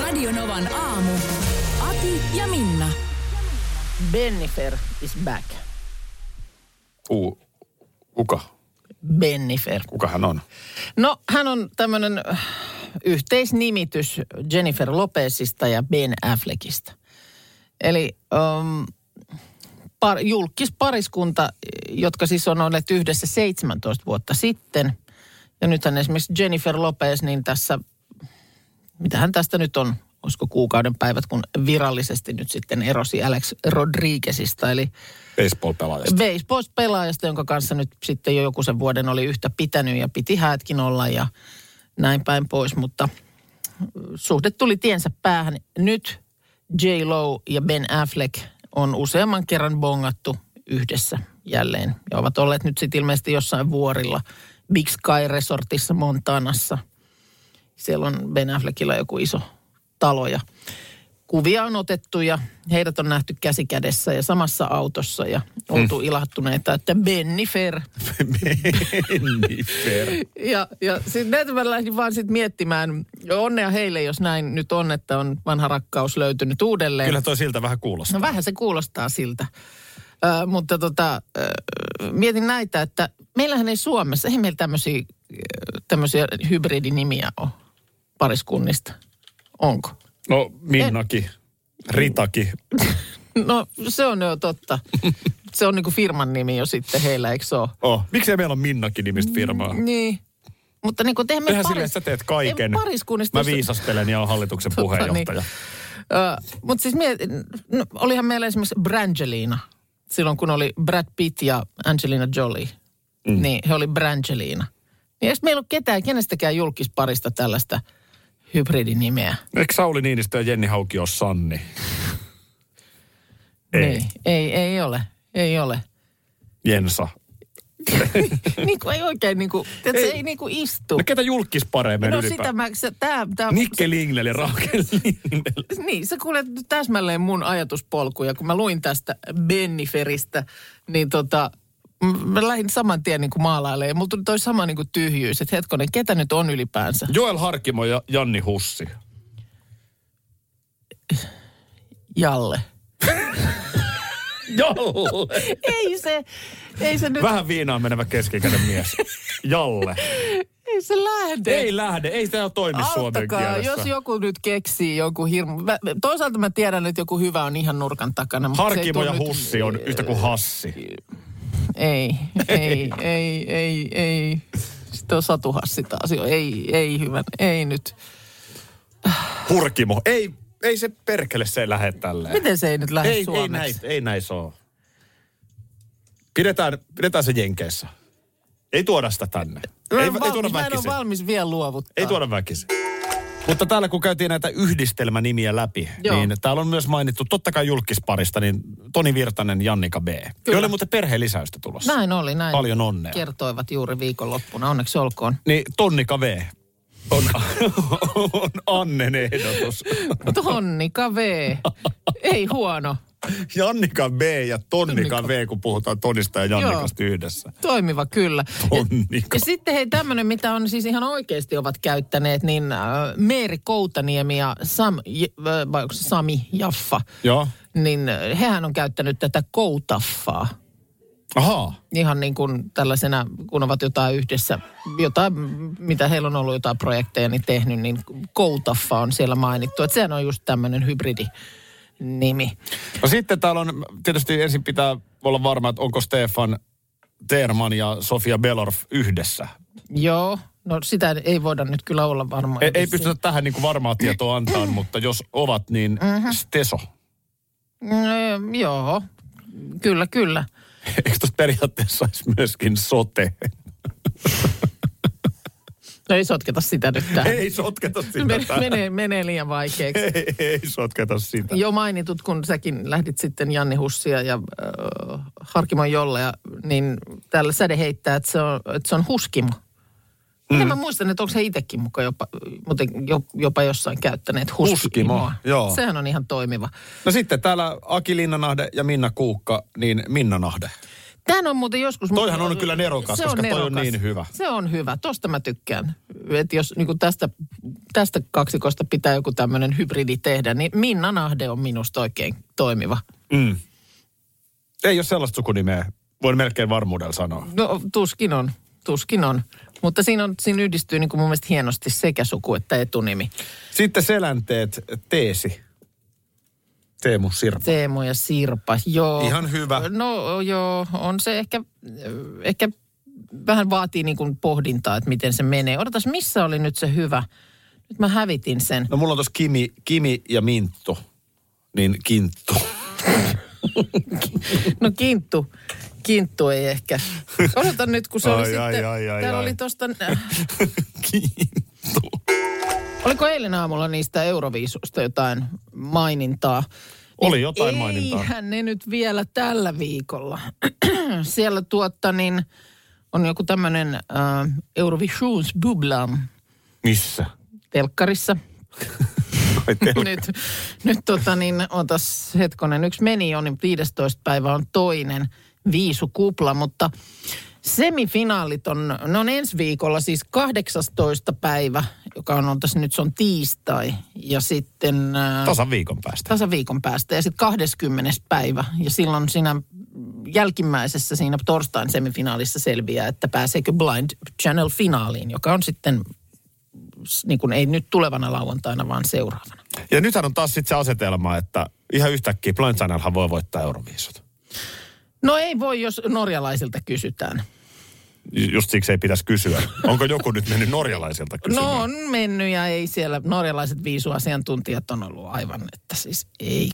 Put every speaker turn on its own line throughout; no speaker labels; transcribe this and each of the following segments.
Radionovan aamu. Ati ja Minna.
Bennifer is back.
U, kuka?
Bennifer.
Kuka hän on?
No, hän on tämmöinen yhteisnimitys Jennifer Lopezista ja Ben Affleckista. Eli um, par, julkispariskunta, jotka siis on olleet yhdessä 17 vuotta sitten. Ja nythän esimerkiksi Jennifer Lopez, niin tässä, mitähän tästä nyt on, olisiko kuukauden päivät, kun virallisesti nyt sitten erosi Alex Rodriguezista, eli
Baseball-pelaajasta.
baseball-pelaajasta, jonka kanssa nyt sitten jo joku sen vuoden oli yhtä pitänyt ja piti häätkin olla ja näin päin pois, mutta mm, suhde tuli tiensä päähän. Nyt J. Lo ja Ben Affleck on useamman kerran bongattu yhdessä jälleen. Ja ovat olleet nyt sitten ilmeisesti jossain vuorilla, Big Sky Resortissa Montanassa. Siellä on Ben Affleckilla joku iso talo ja kuvia on otettu ja heidät on nähty käsi kädessä ja samassa autossa ja oltu mm. ilahtuneita, että Bennifer.
Bennifer.
Ja, ja sitten näitä mä lähdin vaan sitten miettimään, onnea heille, jos näin nyt on, että on vanha rakkaus löytynyt uudelleen.
Kyllä toi siltä vähän kuulostaa.
No vähän se kuulostaa siltä. Ö, mutta tota, ö, mietin näitä, että meillähän ei Suomessa, ei meillä tämmöisiä, ö, tämmöisiä hybridinimiä ole pariskunnista. Onko?
No Minnakin, Ritakin.
No se on jo totta. Se on niinku firman nimi jo sitten heillä, eikö se ole?
Oh. Miksei meillä ole Minnakin nimistä firmaa?
Niin. Mutta niin kuin, eihän me
Tehän
paris-
sille, että sä teet kaiken.
Ei pariskunnista. niin.
Mä viisastelen ja on hallituksen puheenjohtaja.
Mutta siis mietin, no, olihan meillä esimerkiksi Brangelina. Silloin kun oli Brad Pitt ja Angelina Jolie, mm. niin he oli Brangelina. Niin eikö meillä ole ketään, kenestäkään julkisparista tällaista hybridinimeä?
Eikö Sauli Niinistö ja Jenni Hauki ole Sanni? Ei.
Niin. Ei, ei ole. Ei ole.
Jensa.
niin kuin ei oikein, niin kuin, ei. Se
Ei.
ei niin kuin istu.
No ketä julkis paremmin
No sitä
ylipäätään?
mä, se, tää, tää,
Nikke Lingnell ja Raukel Lingnell.
Niin, sä kuulet nyt täsmälleen mun ajatuspolkuja. Kun mä luin tästä Benniferistä, niin tota, m- mä lähdin saman tien niin kuin maalailemaan. Ja mulla tuli toi sama niin kuin tyhjyys, että hetkonen, ketä nyt on ylipäänsä?
Joel Harkimo ja Janni Hussi.
Jalle.
Jalle!
Ei se, ei se nyt,
Vähän viinaan menevä keskikäden mies. Jalle.
ei se lähde.
Ei lähde, ei sitä toimi suomen
Auttakaa,
kielessä.
jos joku nyt keksii joku hirmu. mä- Toisaalta mä tiedän, että joku hyvä on ihan nurkan takana. mutta se ei niin.
Harkimo
tuu
ja
nyt-
Hussi on yhtä kuin Hassi.
Ei, ei, ei, ei, ei. Sitten on satuhassita asio. Ei, ei hyvän, ei nyt.
Hurkimo. Ei, ei se perkele, se ei lähde tälleen.
Miten se ei nyt lähde
ei, ei,
suomeksi?
näis, ei näis oo. Pidetään, pidetään se Jenkeissä. Ei tuoda sitä tänne.
Mä en
Ei, ei
valmis,
tuoda
mä en ole
väkisin.
valmis vielä luovuttaa.
Ei tuoda väkisin. Mutta täällä kun käytiin näitä yhdistelmänimiä läpi,
Joo.
niin täällä on myös mainittu totta kai julkisparista, niin Toni Virtanen, Jannika B. Kyllä. Joille muuten perheelisäystä tulossa.
Näin oli, näin.
Paljon onnea.
Kertoivat juuri viikonloppuna, onneksi olkoon.
Niin Tonnika V. On, on Annen ehdotus.
Tonnika V. Ei huono.
Jannika B ja Tonnika V, kun puhutaan Tonista ja Jannikasta Joo. yhdessä.
Toimiva kyllä.
Tonnika.
Ja sitten hei tämmöinen, mitä on siis ihan oikeasti ovat käyttäneet, niin äh, Meeri Koutaniemi ja Sam, J- äh, vai onko se Sami Jaffa,
Joo.
niin äh, hehän on käyttänyt tätä Koutaffaa.
Ahaa.
ihan niin kuin tällaisena, kun ovat jotain yhdessä, jotain, mitä heillä on ollut jotain projekteja niin tehnyt, niin Koutaffa on siellä mainittu. Että sehän on just tämmöinen hybridi nimi.
No sitten täällä on, tietysti ensin pitää olla varma, että onko Stefan Terman ja Sofia Belorf yhdessä.
Joo, no sitä ei voida nyt kyllä olla varmaan.
Ei, ei pystytä tähän niin kuin varmaa tietoa antaa, mutta jos ovat, niin
Mhm.
mm-hmm. Steso.
Mm, joo, kyllä, kyllä.
Eikö tuossa periaatteessa olisi myöskin sote?
No ei sotketa sitä nyt tähän.
Ei sotketa sitä.
Menee-
tähän.
menee, menee liian vaikeaksi.
Ei, ei sotketa sitä.
Jo mainitut, kun säkin lähdit sitten Janni Hussia ja äh, Harkimon Jollea, niin täällä säde heittää, että se on, että se on Huskimo. Mm. En mä muistan, että onko se itsekin mukaan jopa, muuten jo, jopa jossain käyttäneet Huskimoa.
Huskimo, joo.
Sehän on ihan toimiva.
No sitten täällä Aki Linnanahde ja Minna Kuukka, niin Minna Nahde.
Tämähän on muuten joskus...
Toihan on kyllä nerokas, koska toi on niin hyvä.
Se on hyvä, tosta mä tykkään. Että jos niin tästä, tästä kaksikosta pitää joku tämmöinen hybridi tehdä, niin Minna Nahde on minusta oikein toimiva.
Mm. Ei ole sellaista sukunimeä. Voin melkein varmuudella sanoa.
No tuskin on, tuskin on. Mutta siinä, on, siinä yhdistyy niin kuin mun mielestä hienosti sekä suku että etunimi.
Sitten selänteet, Teesi. Teemu Sirpa.
Teemu ja Sirpa, joo.
Ihan hyvä.
No joo, on se ehkä, ehkä vähän vaatii niin kuin pohdintaa, että miten se menee. Odotas, missä oli nyt se hyvä? Nyt mä hävitin sen.
No mulla on tuossa Kimi, Kimi ja Minttu. Niin Kinttu.
No kinttu, kinttu ei ehkä. Odotan nyt, kun se oli
Ai,
sitten,
ai, ai, ai,
täällä
ai.
oli tosta,
Kinttu.
oliko eilen aamulla niistä euroviisuista jotain mainintaa? Niin
Oli jotain mainintaa.
Eihän ne nyt vielä tällä viikolla. Siellä tuotta niin on joku tämmöinen äh, Eurovisions Bublam
Missä?
telkkarissa.
Ai teillä-
nyt, nyt tota niin, otas hetkonen, yksi meni jo, niin 15 päivä on toinen viisukupla, mutta semifinaalit on, ne on ensi viikolla siis 18 päivä, joka on, on tässä nyt se on tiistai ja sitten... ää,
Tasan viikon päästä.
Tasan viikon päästä ja sitten 20. päivä. Ja silloin siinä jälkimmäisessä siinä torstain semifinaalissa selviää, että pääseekö Blind Channel-finaaliin, joka on sitten, s- niin kuin ei nyt tulevana lauantaina, vaan seuraavana.
Ja nythän on taas sitten se asetelma, että ihan yhtäkkiä Blind Channelhan voi voittaa euroviisut.
No ei voi, jos norjalaisilta kysytään.
Ju- Just siksi ei pitäisi kysyä. Onko joku nyt mennyt norjalaisilta kysymään?
No on mennyt ja ei siellä, norjalaiset viisuasiantuntijat on ollut aivan, että siis ei,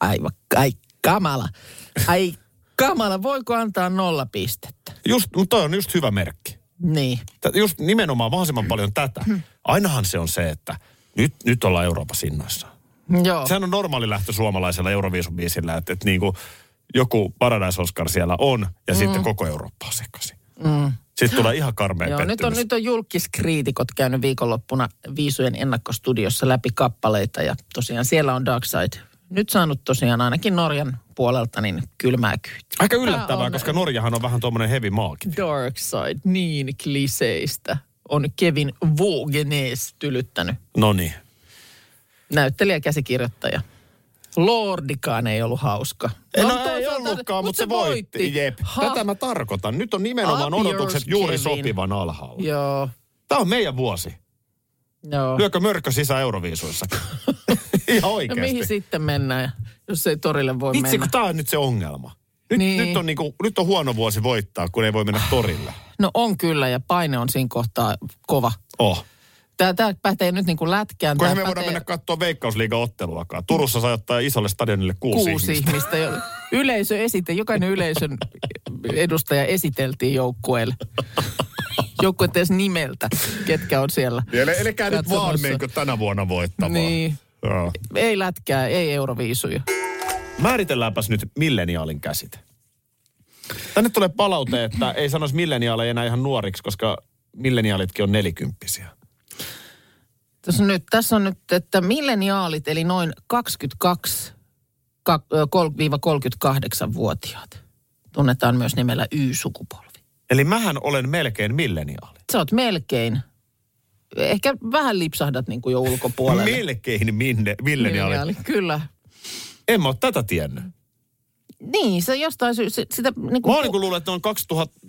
aivan, ai kamala, ai kamala, voiko antaa nolla pistettä?
Just, mutta toi on just hyvä merkki.
Niin.
Tä- Just nimenomaan mahdollisimman paljon tätä.
Hmm.
Ainahan se on se, että nyt, nyt ollaan Euroopassa innoissa.
Joo.
Sehän on normaali lähtö suomalaisella Euroviisubiisillä, että, että niin kuin joku Paradise Oscar siellä on ja mm. sitten koko Eurooppa on sekaisin. Mm. Sitten tulee ihan karmea
Joo, nyt on, nyt on julkiskriitikot käynyt viikonloppuna Viisujen ennakkostudiossa läpi kappaleita ja tosiaan siellä on Darkside. Nyt saanut tosiaan ainakin Norjan puolelta niin kylmää kyytiä.
Aika
Tää
yllättävää,
on-
on... koska Norjahan on vähän tuommoinen heavy maakin.
Darkside, niin kliseistä on Kevin Vogenes tylyttänyt.
No niin.
Näyttelijä ja käsikirjoittaja. Lordikaan ei ollut hauska.
No,
toisaalta-
ei ollutkaan, mutta se voitti. Jep.
Ha-
Tätä mä tarkoitan. Nyt on nimenomaan
Up niin.
odotukset
yours,
juuri
Kevin.
sopivan alhaalla.
Joo,
Tämä on meidän vuosi.
joo.
Lyökö mörkö sisään euroviisuissa? ihan
No
oikeasti.
mihin sitten mennään, jos ei torille voi
Vitsi,
mennä?
kun tämä on nyt se ongelma. Nyt,
Niin.
niin. nyt, on niinku, nyt on huono vuosi voittaa, kun ei voi mennä torille.
No on kyllä ja paine on siinä kohtaa kova.
Oh.
Tämä, tämä pätee nyt niin kuin lätkään.
Kun
tää
eihän me voidaan
pätee
mennä katsoa Veikkausliigan otteluakaan. Turussa saa ottaa isolle stadionille kuusi,
kuusi
ihmistä.
ihmistä. jo- Yleisö esite, jokainen yleisön edustaja esiteltiin joukkueelle. Joukkueet edes nimeltä, ketkä on siellä.
Eli elikää nyt vaan
katsomassa.
niin tänä vuonna voittamaan.
Niin.
Joo.
Ei lätkää, ei euroviisuja.
Määritelläänpäs nyt milleniaalin käsite. Tänne tulee palaute, että ei sanoisi milleniaaleja enää ihan nuoriksi, koska milleniaalitkin on nelikymppisiä.
Tässä on nyt, tässä on nyt että milleniaalit, eli noin 22-38-vuotiaat, tunnetaan myös nimellä Y-sukupolvi.
Eli mähän olen melkein milleniaali.
Sä oot melkein. Ehkä vähän lipsahdat niin kuin jo ulkopuolelle.
Melkein minne, milleniaali. milleniaali.
Kyllä.
En mä ole tätä tiennyt.
Niin, se jostain syystä, sitä niin
Mä
kuin,
oon niin luullut, että ne on 2000...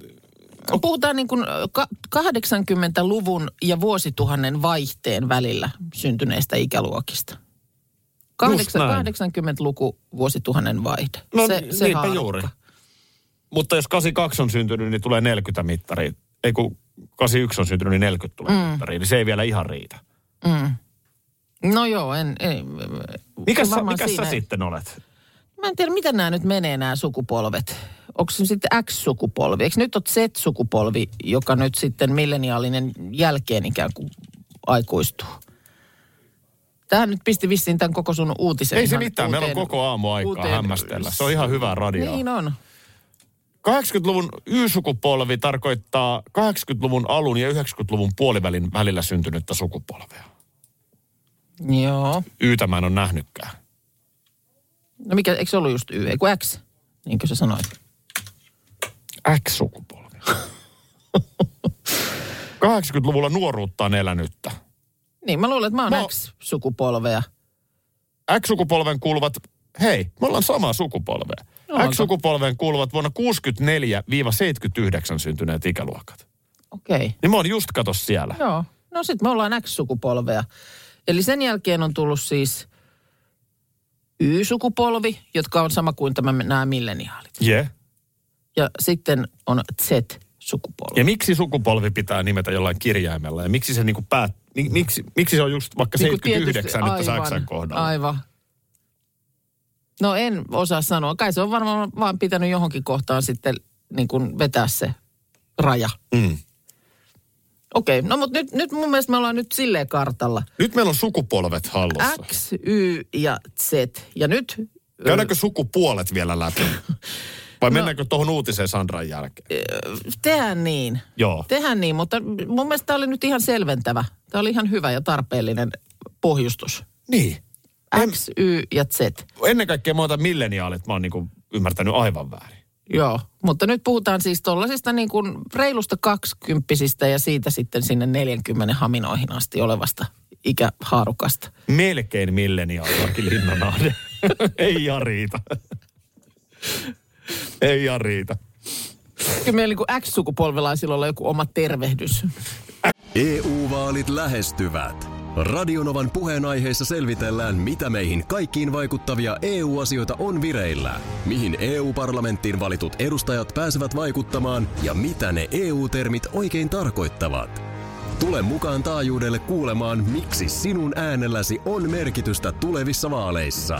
pu- puhutaan niin kuin ka- 80-luvun ja vuosituhannen vaihteen välillä syntyneistä ikäluokista. Kahdeksan-
näin.
80-luku vuosituhannen vaihde.
No
se, se
niinpä
haarukka.
juuri. Mutta jos 82 on syntynyt, niin tulee 40 mittariin. Ei kun 81 on syntynyt, niin 40 tulee mm. mittariin. Niin se ei vielä ihan riitä.
No joo, en... en
Mikä, sä,
varmaan
mikä sä
siinä-
sitten olet?
Mä en tiedä, miten nämä nyt menee nämä sukupolvet. onko se sitten X-sukupolvi? Eikö nyt ole Z-sukupolvi, joka nyt sitten milleniaalinen jälkeen ikään kuin aikuistuu? Tähän nyt pisti vissiin tämän koko sun uutisen.
Ei se
ihan
mitään, meillä on koko aamu aikaa
uuteen-
hämmästellä. Se on ihan hyvää radioa.
Niin on.
80-luvun Y-sukupolvi tarkoittaa 80-luvun alun ja 90-luvun puolivälin välillä syntynyttä sukupolvea.
Joo.
Ytä mä en ole nähnytkään.
No mikä, eikö se ollut just Y, eikö X, niin kuin sä sanoit?
X-sukupolvi. 80-luvulla nuoruuttaan elänyttä.
Niin, mä luulen, että mä oon
Mä-
X-sukupolvea.
X-sukupolven kuuluvat, hei, me ollaan samaa sukupolvea.
Ollaanko?
X-sukupolven kuuluvat vuonna 64-79 syntyneet ikäluokat.
Okei. Okay.
Niin mä oon just kato siellä.
Joo. No sit me ollaan X-sukupolvea. Eli sen jälkeen on tullut siis Y-sukupolvi, jotka on sama kuin tämä, nämä milleniaalit.
Yeah.
Ja sitten on Z-sukupolvi.
Ja miksi sukupolvi pitää nimetä jollain kirjaimella? Ja miksi se niinku päät... mi- Miksi, miksi se on just vaikka
Niin kuin
79 nyt
tietysti-
tässä Xn kohdalla?
Aivan. No en osaa sanoa. Kai se on varmaan vaan pitänyt johonkin kohtaan sitten niin kuin vetää se raja.
Mm.
Okei, no mutta nyt, nyt mun mielestä me ollaan nyt silleen kartalla.
Nyt meillä on sukupolvet hallussa. X.
X, Y ja Z. Ja nyt
Käydäänkö sukupuolet vielä läpi? Vai no. mennäänkö tuohon uutiseen Sandran jälkeen?
tehdään niin.
Joo.
Tehän niin, mutta mun mielestä tämä oli nyt ihan selventävä. Tämä oli ihan hyvä ja tarpeellinen pohjustus.
Niin. En-
X, Y ja Z.
Ennen kaikkea mä otan milleniaalit, mä oon niinku ymmärtänyt aivan väärin.
Joo, mutta nyt puhutaan siis tuollaisista niin kuin reilusta kaksikymppisistä ja siitä sitten sinne 40 haminoihin asti olevasta ikähaarukasta.
Melkein milleniaalillakin linnanahde. Ei ja riitä. Ei ja riitä.
Kyllä meillä niin kuin X-sukupolvelaisilla olla joku oma tervehdys.
EU-vaalit E lähestyvät. Radionovan puheenaiheessa selvitellään, mitä meihin kaikkiin vaikuttavia EU-asioita on vireillä, mihin EU-parlamenttiin valitut edustajat pääsevät vaikuttamaan ja mitä ne EU-termit oikein tarkoittavat. Tule mukaan taajuudelle kuulemaan, miksi sinun äänelläsi on merkitystä tulevissa vaaleissa.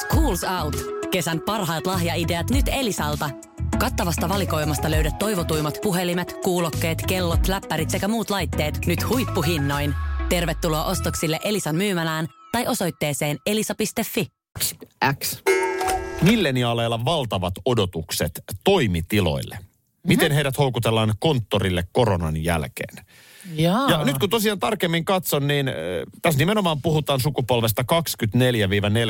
Schools Out. Kesän parhaat lahjaideat nyt Elisalta. Kattavasta valikoimasta löydät toivotuimmat puhelimet, kuulokkeet, kellot, läppärit sekä muut laitteet nyt huippuhinnoin. Tervetuloa ostoksille Elisan myymälään tai osoitteeseen elisa.fi.
X.
milleniaaleilla valtavat odotukset toimitiloille.
Mhm.
Miten heidät houkutellaan konttorille koronan jälkeen?
Jaa.
Ja nyt kun tosiaan tarkemmin katson, niin äh, tässä nimenomaan puhutaan sukupolvesta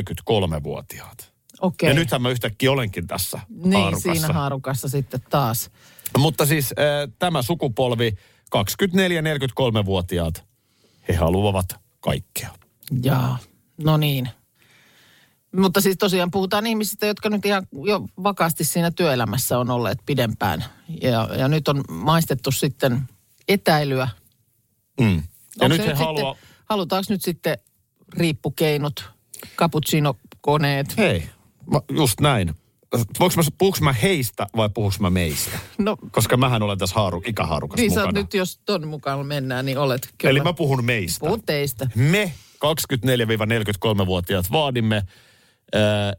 24-43-vuotiaat.
Okei.
Okay. Ja nythän mä yhtäkkiä olenkin tässä
Niin,
haarukassa.
siinä haarukassa sitten taas.
Mutta siis äh, tämä sukupolvi, 24-43-vuotiaat, he haluavat kaikkea.
Jaa, no niin. Mutta siis tosiaan puhutaan ihmisistä, jotka nyt ihan jo vakaasti siinä työelämässä on olleet pidempään. Ja, ja nyt on maistettu sitten etäilyä.
Mm. Ja
Onko
nyt
se
he haluaa...
Sitten, halutaanko nyt sitten riippukeinot, cappuccino-koneet?
Hei, mä, just näin. Voinko mä, puhuks mä heistä vai puhuks mä meistä?
No
Koska mähän olen tässä haaru, ikähaarukassa
niin sä
mukana.
oot nyt, jos ton mukaan mennään, niin olet kyllä.
Eli mä puhun meistä.
puhun teistä.
Me 24-43-vuotiaat vaadimme, äh,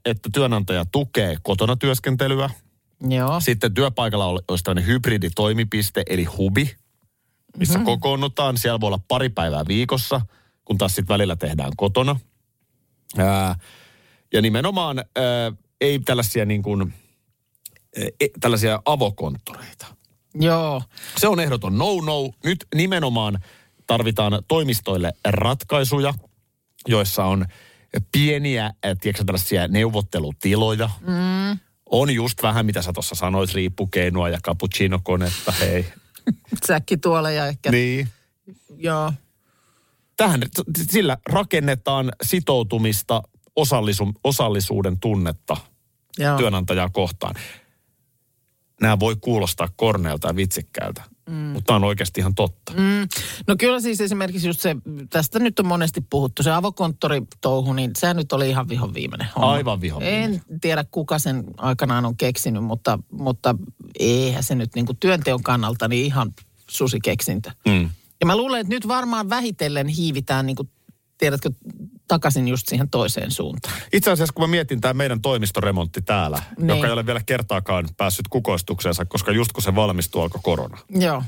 että työnantaja tukee kotona työskentelyä.
Joo,
Sitten työpaikalla ol- olisi tämmöinen hybriditoimipiste, eli hubi, missä kokoonnutaan. Siellä voi olla pari päivää viikossa, kun taas sitten välillä tehdään kotona. Ää, ja nimenomaan ää, ei tällaisia, niin kuin, ää, e- tällaisia avokonttoreita.
joo.
Se on ehdoton no-no. Nyt nimenomaan tarvitaan toimistoille ratkaisuja, joissa on pieniä, äh, tiedätkö, sä, tällaisia neuvottelutiloja. Mm. On just vähän, mitä sä tuossa sanoit, riippukeinoa ja cappuccino-konetta, hei.
Säkki tuolla ja ehkä, niin. joo.
Tähän, t- sillä rakennetaan sitoutumista, osallisu, osallisuuden tunnetta
joo.
työnantajaa kohtaan. nämä voi kuulostaa korneelta ja vitsikkäältä, mm. mutta tämä on oikeasti ihan totta. Mm.
No kyllä siis esimerkiksi just se, tästä nyt on monesti puhuttu, se avokonttoritouhu, niin se nyt oli ihan vihon viimeinen homma.
Aivan vihon viimeinen.
En tiedä kuka sen aikanaan on keksinyt, mutta, mutta eihän se nyt niin kuin työnteon kannalta niin ihan susikeksintö.
Mm.
Ja mä luulen, että nyt varmaan vähitellen hiivitään niin kuin, tiedätkö, takaisin just siihen toiseen suuntaan.
Itse asiassa kun mä mietin tämä meidän toimistoremontti täällä,
Niin.
niin. joka ei ole vielä kertaakaan päässyt kukoistukseensa, koska just kun se valmistui, alkoi korona.
Joo.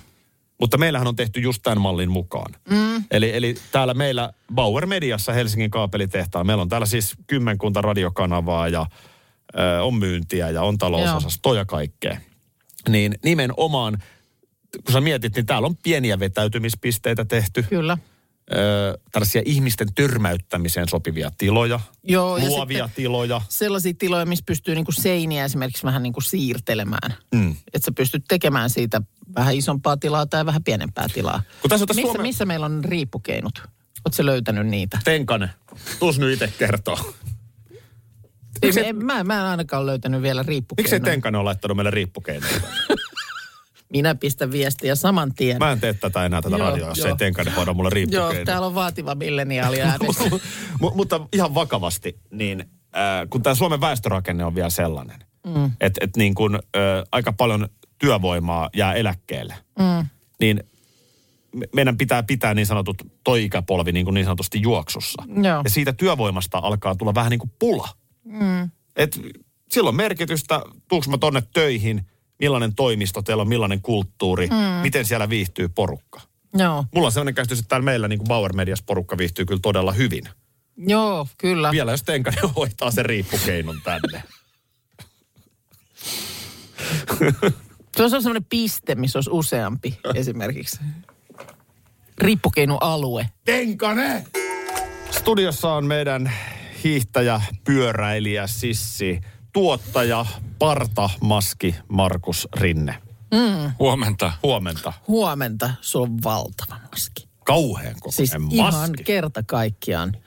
Mutta meillähän on tehty just tämän mallin mukaan. Mm. Eli, eli täällä meillä Bauer Mediassa Helsingin kaapelitehtaan, meillä on täällä siis kymmenkunta radiokanavaa ja ö, on myyntiä ja on talousosastoja ja kaikkea. Niin nimenomaan, kun sä mietit, niin täällä on pieniä vetäytymispisteitä tehty.
Kyllä.
Ö, tällaisia ihmisten törmäyttämiseen sopivia tiloja,
Joo, ja
luovia
sitten-
tiloja.
Sellaisia tiloja, missä pystyy niinku seiniä esimerkiksi vähän niinku siirtelemään.
Mm.
Että sä pystyt tekemään siitä vähän isompaa tilaa tai vähän pienempää tilaa.
Kun tässä on tässä
missä,
Suomen...
missä meillä on riippukeinot? Oletko löytänyt niitä?
Tenkanen, tuus nyt itse kertoo.
Ei, me- mä, mä en ainakaan löytänyt vielä
Miksei
riippukeinoja.
Tenkanen ole laittanut meille riippukeinoja?
Minä pistän viestiä saman tien.
Mä en tee tätä enää tätä
Joo,
radioa, jos
joo.
ei Tenkanen hoida mulle
Joo,
riippukeinoja.
täällä on vaativa milleniaali äänessä.
M- mutta ihan vakavasti, niin äh, kun tämä Suomen väestörakenne on vielä sellainen, mm. että et niin kun, äh, aika paljon työvoimaa jää eläkkeelle, mm. niin me- meidän pitää pitää niin sanotut toi ikäpolvi niin, kuin niin sanotusti juoksussa.
Joo.
Ja siitä työvoimasta alkaa tulla vähän niin kuin pula. Mm. Et silloin merkitystä, tuuks mä tonne töihin, millainen toimisto teillä on, millainen kulttuuri, mm. miten siellä viihtyy porukka.
Joo.
Mulla on sellainen käsitys, että täällä meillä niin kuin Bauer Medias porukka viihtyy kyllä todella hyvin.
Joo, kyllä.
Vielä jos Tenkanen hoitaa sen riippukeinon tänne.
Tuossa on semmoinen piste, missä olisi useampi esimerkiksi. Riippukeinoalue.
Tenkanen! Studiossa on meidän hiihtäjä, pyöräilijä, sissi, tuottaja, parta, maski, Markus Rinne.
Huomenta.
Huomenta.
Huomenta, sulla on valtava maski.
Kauhean kokoinen
Siis ihan
maski.
kerta kaikkiaan.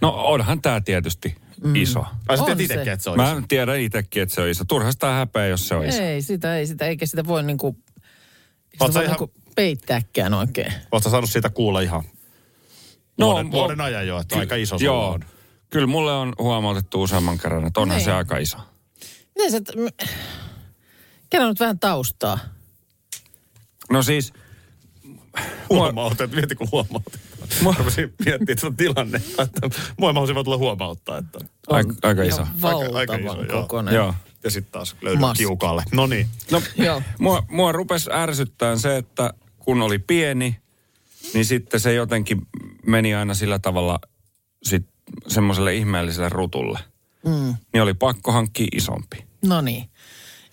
No onhan tää tietysti iso.
Ai sä
On
tiedät
se.
itsekin, että se on
Mä tiedän itsekin, että se on iso. Turha sitä häpeä, jos se on iso.
Ei sitä, ei sitä, eikä sitä voi niinku, sitä
Oot sä
voi
ihan-
niinku peittääkään oikein.
Oletko saanut siitä kuulla ihan no, vuoden,
on-
vuoden ajan jo, että aika iso sulla
Joo.
on.
Kyllä mulle on huomautettu useamman kerran, että onhan
Niin.
se aika iso.
Miten sä, t- m- kerro nyt vähän taustaa.
No siis,
Huomautet, mieti kun huomautet. Mä rupesin miettimään tätä tilannetta, että mua mä voisin vaan tulla huomauttaa, että...
On
aika, aika
ihan eh.
iso.
Valtavan
Aika- aika iso, joo.
kokoinen.
Joo.
Ja sitten taas löydät
Maski.
kiukalle. No niin.
No,
Joo.
mua, mua rupesi ärsyttämään se, että kun oli pieni, niin sitten se jotenkin meni aina sillä tavalla sit semmoiselle ihmeelliselle rutulle. Mm. Niin oli pakko hankkia isompi.
No niin.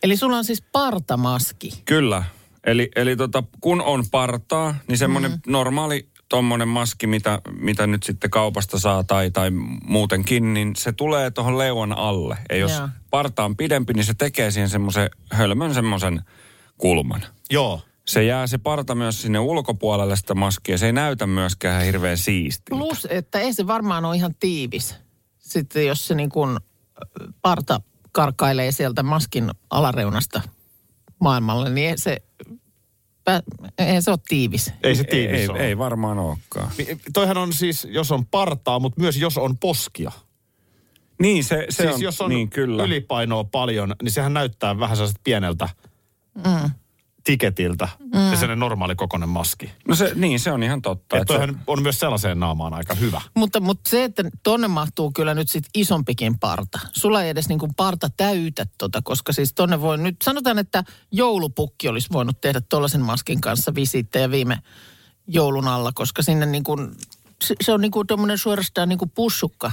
Eli sulla on siis partamaski.
Kyllä. Eli, eli tota, kun on partaa, niin semmoinen mm. normaali tommonen maski, mitä, mitä nyt sitten kaupasta saa tai, tai muutenkin, niin se tulee tuohon leuan alle. Ja jos
Joo.
parta on pidempi, niin se tekee siihen semmoisen hölmön semmoisen kulman.
Joo.
Se jää se parta myös sinne ulkopuolelle sitä maskia. Se ei näytä myöskään hirveän siistiä.
Plus, että ei se varmaan ole ihan tiivis. Sitten jos se niin kuin parta karkailee sieltä maskin alareunasta maailmalle, niin ei se, pä- ei se ole tiivis.
Ei se
ei,
tiivis
ei,
ole.
ei varmaan olekaan.
Niin, Toihan on siis, jos on partaa, mutta myös jos on poskia.
Niin, se, se
siis
on,
jos on
niin, kyllä.
ylipainoa paljon, niin sehän näyttää vähän sellaiset pieneltä mm. tiketiltä. Mm. Ja sellainen normaali kokoinen maski.
No se, niin, se on ihan
Että
totta. että se-
toihan on myös sellaiseen naamaan aika hyvä.
Mutta, mutta se, että tonne mahtuu kyllä nyt sit isompikin parta. Sulla ei edes niin kuin parta täytä tota, koska siis tonne voi nyt, sanotaan, että joulupukki olisi voinut tehdä tollaisen maskin kanssa visiittejä viime joulun alla, koska sinne niin kuin, se, se on niin kuin tommonen suorastaan niin kuin pussukka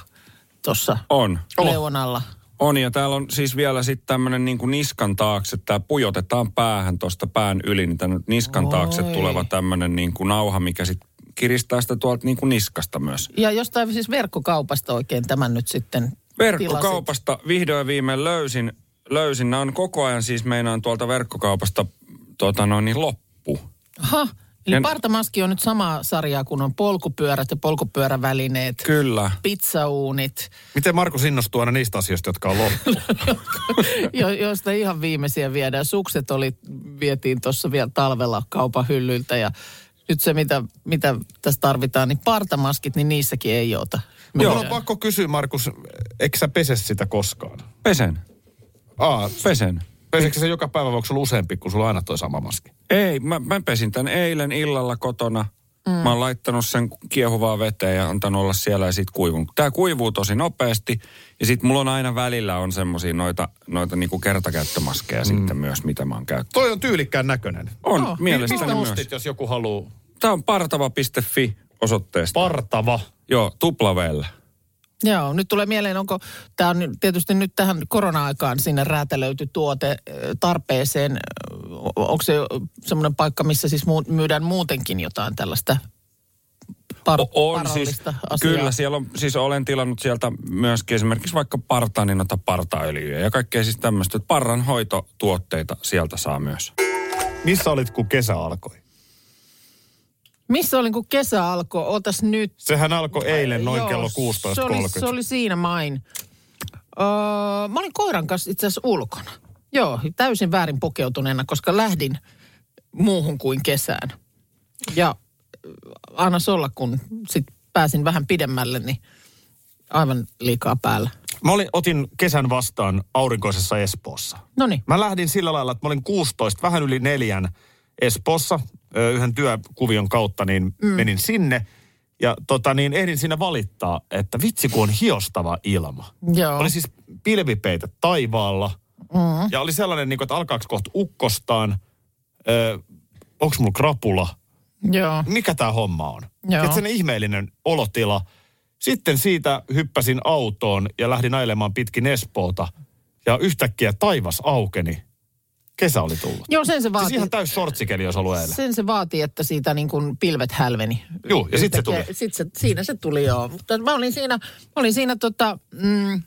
tuossa
on.
leuan alla.
On ja täällä on siis vielä sitten tämmöinen niin niskan taakse, tämä pujotetaan päähän tuosta pään yli, niin tänne niskan Oi. taakse
Oi.
tuleva tämmöinen niin kuin nauha, mikä sitten kiristää sitä tuolta niin kuin niskasta myös.
Ja jostain siis verkkokaupasta oikein tämän nyt sitten tilasit.
Verkkokaupasta vihdoin ja viimein löysin, löysin, nämä on koko ajan siis meinaan tuolta verkkokaupasta tota noin, niin loppu.
Aha, Eli
Ja-
partamaski on nyt samaa sarjaa kuin on polkupyörät ja polkupyörävälineet,
Kyllä.
pizzauunit,
Miten Markus innostuu aina niistä asioista, jotka on loppu?
jo, joista ihan viimeisiä viedään. Sukset oli, vietiin tuossa vielä talvella kaupan hyllyltä ja nyt se, mitä, mitä tässä tarvitaan, niin partamaskit, niin niissäkin ei ota.
Joo. on pakko kysyä, Markus, eikö sä pese sitä koskaan?
Pesen.
Aa,
Pesen.
peseekö se joka päivä, vai onko sulla useampi, kun sulla on aina toi sama maski?
Ei, mä, mä pesin tän eilen illalla kotona. Mm. Mä oon laittanut sen kiehuvaa veteen ja antanut olla siellä ja sit kuivun. Tää kuivuu tosi nopeasti ja sit mulla on aina välillä on semmosia noita, noita niinku kertakäyttömaskeja mm. sitten myös, mitä mä oon käyttänyt.
Toi on tyylikkään näköinen.
On,
Joo.
no,
Mistä
mielestäni myös.
ostit, jos joku haluaa?
Tää on partava.fi osoitteesta.
Partava.
Joo, tuplaveellä.
Joo, nyt tulee mieleen, onko tämä on tietysti nyt tähän korona-aikaan sinne räätälöity tuote ö, tarpeeseen. Ö, Onko se semmoinen paikka, missä siis muu- myydään muutenkin jotain tällaista par-
O- siis
parallista asiaa?
Kyllä, siellä on, siis olen tilannut sieltä myöskin esimerkiksi vaikka partaa, niin noita partaöljyjä ja kaikkea siis tämmöistä. että Parranhoitotuotteita sieltä saa myös.
Missä olit, kun kesä alkoi?
Missä olin, kun kesä alkoi? Ootas nyt.
Sehän alkoi eilen noin
Joo,
kello 16.30.
se oli, se oli siinä main. Öö, mä olin koiran kanssa itse asiassa ulkona. Joo, täysin väärin pukeutuneena, koska lähdin muuhun kuin kesään. Ja ö, anna olla, kun sit pääsin vähän pidemmälle, niin aivan liikaa päällä.
Mä olin, otin kesän vastaan aurinkoisessa Espoossa.
No niin,
Mä lähdin sillä lailla, että mä olin 16, vähän yli neljän Espoossa ö, yhden työkuvion kautta, niin mm. menin sinne. Ja tota, niin ehdin siinä valittaa, että vitsi kun on hiostava ilma.
joo.
Oli siis pilvipeitä taivaalla. Mm. Ja oli sellainen, niin kuin, että alkaako kohta ukkostaan. Ö, onks mulla krapula?
joo.
mikä tämä homma on.
Joo.
Joo. Sen ihmeellinen olotila. Sitten siitä hyppäsin autoon ja lähdin ailemaan pitkin Espoota. Ja yhtäkkiä taivas aukeni. Kesä oli tullut.
Joo, sen se
Siis
vaatii.
ihan täys sortsikeli olisi ollut eilen.
Sen se vaatii, että siitä niin kuin pilvet hälveni.
Joo, ja sit se tuli.
Sit se, siinä se tuli, joo. Mutta mä olin siinä, mä olin siinä tota, mm,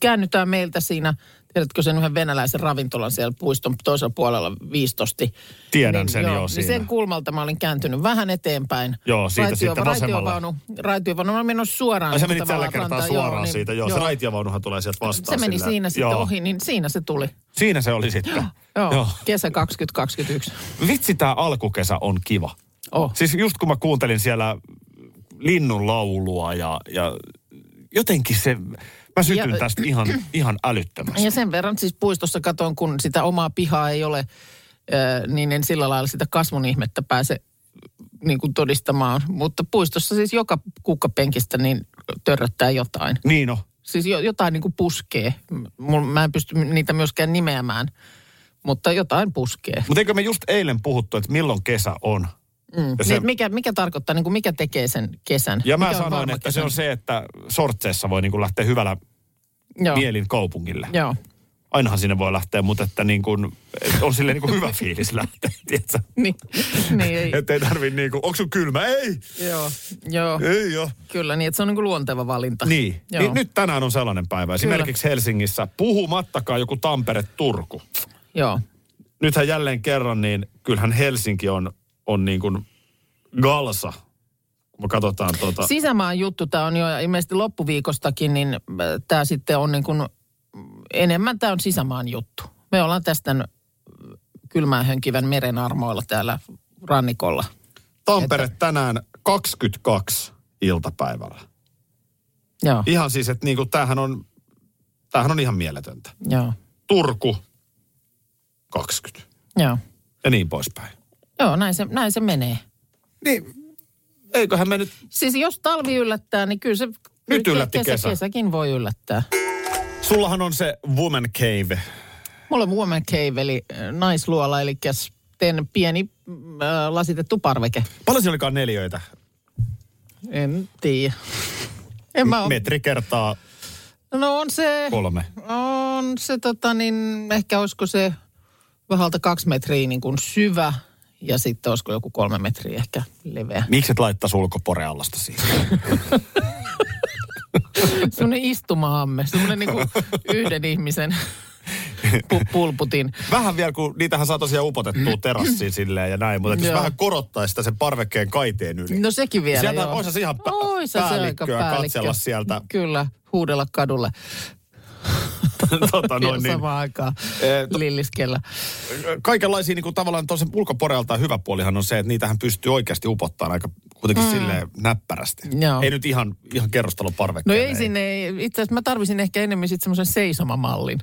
käännytään meiltä siinä, tiedätkö sen yhden venäläisen ravintolan siellä puiston toisella puolella viistosti.
Tiedän sen joo
niin
siinä.
sen kulmalta mä olin kääntynyt vähän eteenpäin.
Joo, siitä sitten vasemmalla.
Raitiovaunu, raitiovaunu, mä olin mennyt suoraan.
Ai sä menit
tästä
tällä
tavallaan
kertaa
rantaan,
suoraan joo, siitä. Joo, joo, se raitiovaunuhan tulee sieltä
niin Se
vastaan.
meni
sillä-
siinä sitten ohi, niin siinä se tuli.
Siinä se oli sitten.
Joo, joo. kesä 2021.
Vitsi tämä alkukesä on kiva.
Oh.
Siis just kun mä kuuntelin siellä linnun laulua ja, ja jotenkin se, mä sytyn
Ja-
tästä ihan, ihan älyttömästi.
Ja sen verran siis puistossa katon, kun sitä omaa pihaa ei ole, ö, niin en sillä lailla sitä kasvun ihmettä pääse niin kuin todistamaan. Mutta puistossa siis joka kukkapenkistä niin törröttää jotain.
Niin no,
Siis jo, jotain niin kuin puskee. Mul, mä en pysty niitä myöskään nimeämään, mutta jotain puskee.
mutta eikö me just eilen puhuttu, että milloin kesä on? Mm. Ja,
Se,
se,
niin, mikä, mikä tarkoittaa, niin kuin mikä tekee sen kesän?
ja mä
mikä on
sanoin,
varma
että
kesä?
se on se, että sortseessa voi niinku lähteä hyvällä
Joo.
Joo. mielin kaupungille. Joo.
Joo.
Ainahan sinne voi lähteä, mutta että niin kuin, on silleen niin kuin hyvä fiilis lähteä, tiedätkö?
Niin, niin ei.
Että ei tarvi niin kuin, onko sun kylmä? Ei,
joo, joo.
ei joo.
Kyllä, niin että se on niin kuin luonteva valinta.
Niin.
Joo.
niin. Nyt tänään on sellainen päivä. Esimerkiksi Helsingissä. Puhumattakaan joku Tampere, Turku.
Joo.
Nythän jälleen kerran, niin kyllähän Helsinki on, on niin kuin galsa. Kun me katsotaan tuota...
Sisämaan juttu tämä on jo, ja ilmeisesti loppuviikostakin, niin tämä sitten on niin kuin, enemmän tämä on sisämaan juttu. Me ollaan tästä tämän kylmään hönkivän meren armoilla täällä rannikolla.
Tampere tänään 22 iltapäivällä.
Joo,
Ihan siis, että niin kuin tämähän on, tämähän on ihan mieletöntä.
joo,
Turku 20
joo.
ja niin poispäin.
Joo, näin se, näin se menee.
Niin, eiköhän me nyt...
Siis jos talvi yllättää, niin kyllä se...
Nyt yllätti kesä.
Kesäkin voi yllättää.
Sullahan on se Woman Cave.
Mulla on Woman Cave, eli äh, naisluola, eli sitten pieni äh, lasitettu parveke.
Paljon siellä olikaan neljöitä?
En tiedä. En mä oo-
Metri kertaa
No on se...
kolme.
On se tota niin, ehkä olisiko se vähältä kaksi metriä niin kuin syvä ja sitten olisiko joku kolme metriä ehkä leveä.
Miksi et laittaisi ulkoporeallasta siihen?
Semmoinen istumahamme, semmoinen niin kuin yhden ihmisen pu- pulputin.
Vähän vielä, kun niitähän saa tosiaan upotettua terassiin silleen ja näin, mutta että jos
Mm. Joo.
vähän korottaa sitä sen parvekkeen kaiteen yli.
No sekin vielä,
Sieltä
joo.
ois se ihan pä-
Ois se aika
päällikköä katsella sieltä.
Kyllä, huudella kadulle
tota,
vielä
noin, niin,
samaan aikaan
Eh, to-
lilliskellä.
kaikenlaisia niin kuin tavallaan tuossa ulkoporeeltaan hyvä puolihan on se, että niitähän pystyy oikeasti upottaan aika kuitenkin mm. silleen näppärästi.
Joo.
Ei nyt ihan, ihan kerrostalon
No
parvekkeen.
ei sinne, itse asiassa mä tarvisin ehkä enemmän sitten semmoisen seisomamallin.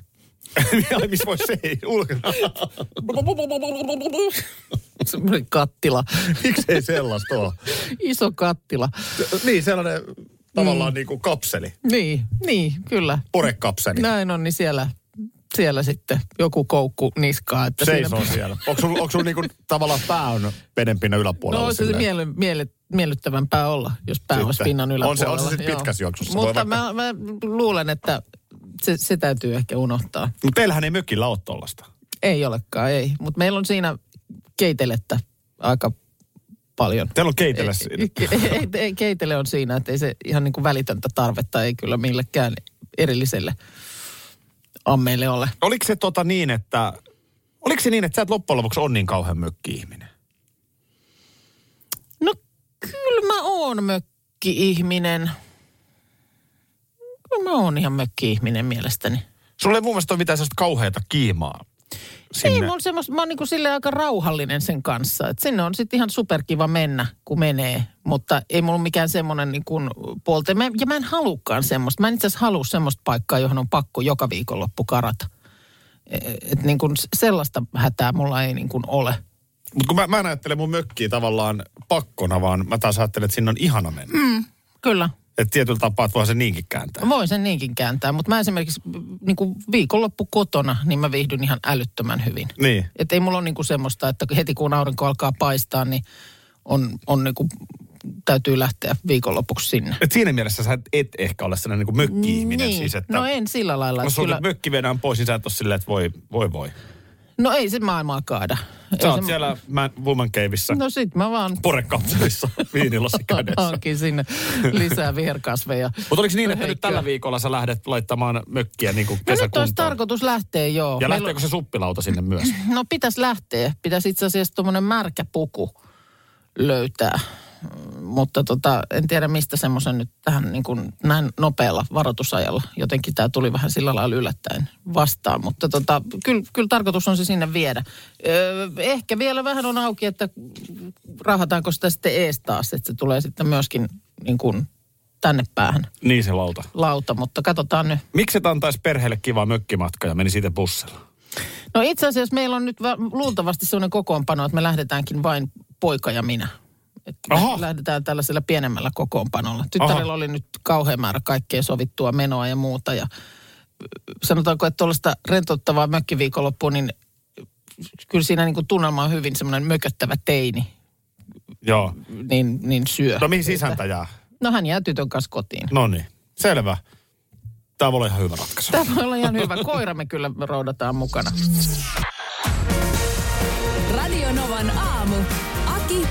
Niin, Ai, missä voi se ei ulkona.
Semmoinen kattila,
Miksei sellaista ole?
iso kattila.
Niin, sellainen tavallaan mm. niin kuin kapseli,
Niin, niin, kyllä.
porekapseli.
Näin on, niin siellä, siellä sitten joku koukku niskaa. Että
Seisoo
siinä- No,
siellä. Onko sulla sul niinku tavallaan pää on vedenpinnan yläpuolella?
No se
silleen?
miele, miele, miellyttävämpää olla, jos pää olisi
Sitten.
pinnan
On se- on se
yläpuolella.
sitten
joo.
pitkässä juoksussa. Voi
Mutta mä, mä luulen, että se, se täytyy ehkä unohtaa.
Mut teillähän ei mökillä ole tollasta.
Ei olekaan, ei. Mutta meillä on siinä keitelettä aika paljon.
Teillä on keitellä siinä.
Ei- ei, ei, keitele on siinä, että ei se ihan niin kuin välitöntä tarvetta ei kyllä millekään erilliselle ammeille ole.
Oliko se tota niin, että... Oliko se niin, että sä et loppujen lopuksi on niin kauhean mökki-ihminen?
No kyllä mä oon mökki-ihminen. Kyllä mä oon ihan mökki-ihminen mielestäni.
Sulla ei mun mielestä ole mitään sellaista kauheata kiimaa.
Sinne. Ei,
Sinne.
mä oon, semmos, mä oon niinku sille aika rauhallinen sen kanssa. Et sinne on sitten ihan superkiva mennä, kun menee. Mutta ei mulla mikään semmoinen niinku puolte. Mä, ja mä en halukaan semmoista. Mä en itse asiassa halua semmoista paikkaa, johon on pakko joka viikonloppu karata. Et niinku s- sellaista hätää mulla ei niinku ole.
Mut kun mä, mä en ajattele mun mökkiä tavallaan pakkona, vaan mä taas ajattelen, että sinne on ihana mennä. Mm.
Kyllä,
Että tietyllä tapaa, että voihan se niinkin kääntää.
voi sen niinkin kääntää. Mutta mä esimerkiksi niinku viikonloppu kotona, niin mä viihdyn ihan älyttömän hyvin.
Niin.
Että ei mulla ole niinku semmoista, että heti kun aurinko alkaa paistaa, niin on, on niinku, täytyy lähteä viikonlopuksi sinne.
Et siinä mielessä sä et- et ehkä ole sellainen niin mökki-ihminen.
niin.
Siis, että
No en sillä lailla.
Jos
että
sun
kyllä...
kyllä... mökki vedään pois, niin sä et ole silleen, että voi voi. voi.
No ei se maailmaa kaada. Ei
Sä oot
se...
siellä man, woman caveissa, no.
No sit mä vaan
porekapselissa, viinilasi kädessä.
hankin sinne lisää viherkasveja.
Mutta oliko niin, että nyt
Heikköä.
tällä viikolla sä lähdet laittamaan mökkiä niin kuin
No nyt olisi
kesäkuntoon?
tarkoitus lähteä joo.
ja
Meillä
lähteekö se suppilauta sinne myös?
on- No pitäisi lähteä. Pitäisi itse asiassa tuommoinen märkä puku löytää. Mm, Mutta tota, en tiedä mistä semmoisen nyt tähän niin kuin näin nopealla varoitusajalla. Jotenkin tämä tuli vähän sillä lailla yllättäen vastaan. Mutta tota, kyllä, kyllä tarkoitus on se sinne viedä. Öö, ehkä vielä vähän on auki, että rahataanko sitä sitten ees taas, että se tulee sitten myöskin niin kuin tänne päähän
niin se lauta.
lauta, mutta katsotaan nyt.
Miksi et antaisi perheelle kiva mökkimatka ja meni siitä bussilla?
No itse asiassa meillä on nyt va- luultavasti sellainen kokoonpano, että me lähdetäänkin vain poika ja minä. Että
Aha.
me lähdetään tällaisella pienemmällä kokoonpanolla. Tyttärellä
Aha.
oli nyt kauhean määrä kaikkea sovittua menoa ja muuta. Ja sanotaanko, että tuollaista rentouttavaa mökkiviikonloppua, niin kyllä siinä niin kuin tunnelma on hyvin semmoinen mököttävä teini,
Joo.
niin, niin syö.
No mihin sisäntä jää?
No hän jää tytön kanssa kotiin.
No niin, selvä. Tämä voi olla ihan hyvä ratkaisu.
Tämä voi olla ihan hyvä. Koira me kyllä roudataan mukana.
Radio Novan aamu. Aki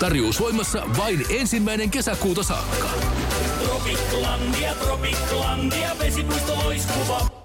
Tarjous voimassa vain ensimmäinen kesäkuuta saakka. Tropiklandia, Tropiklandia, vesipuisto loiskuva.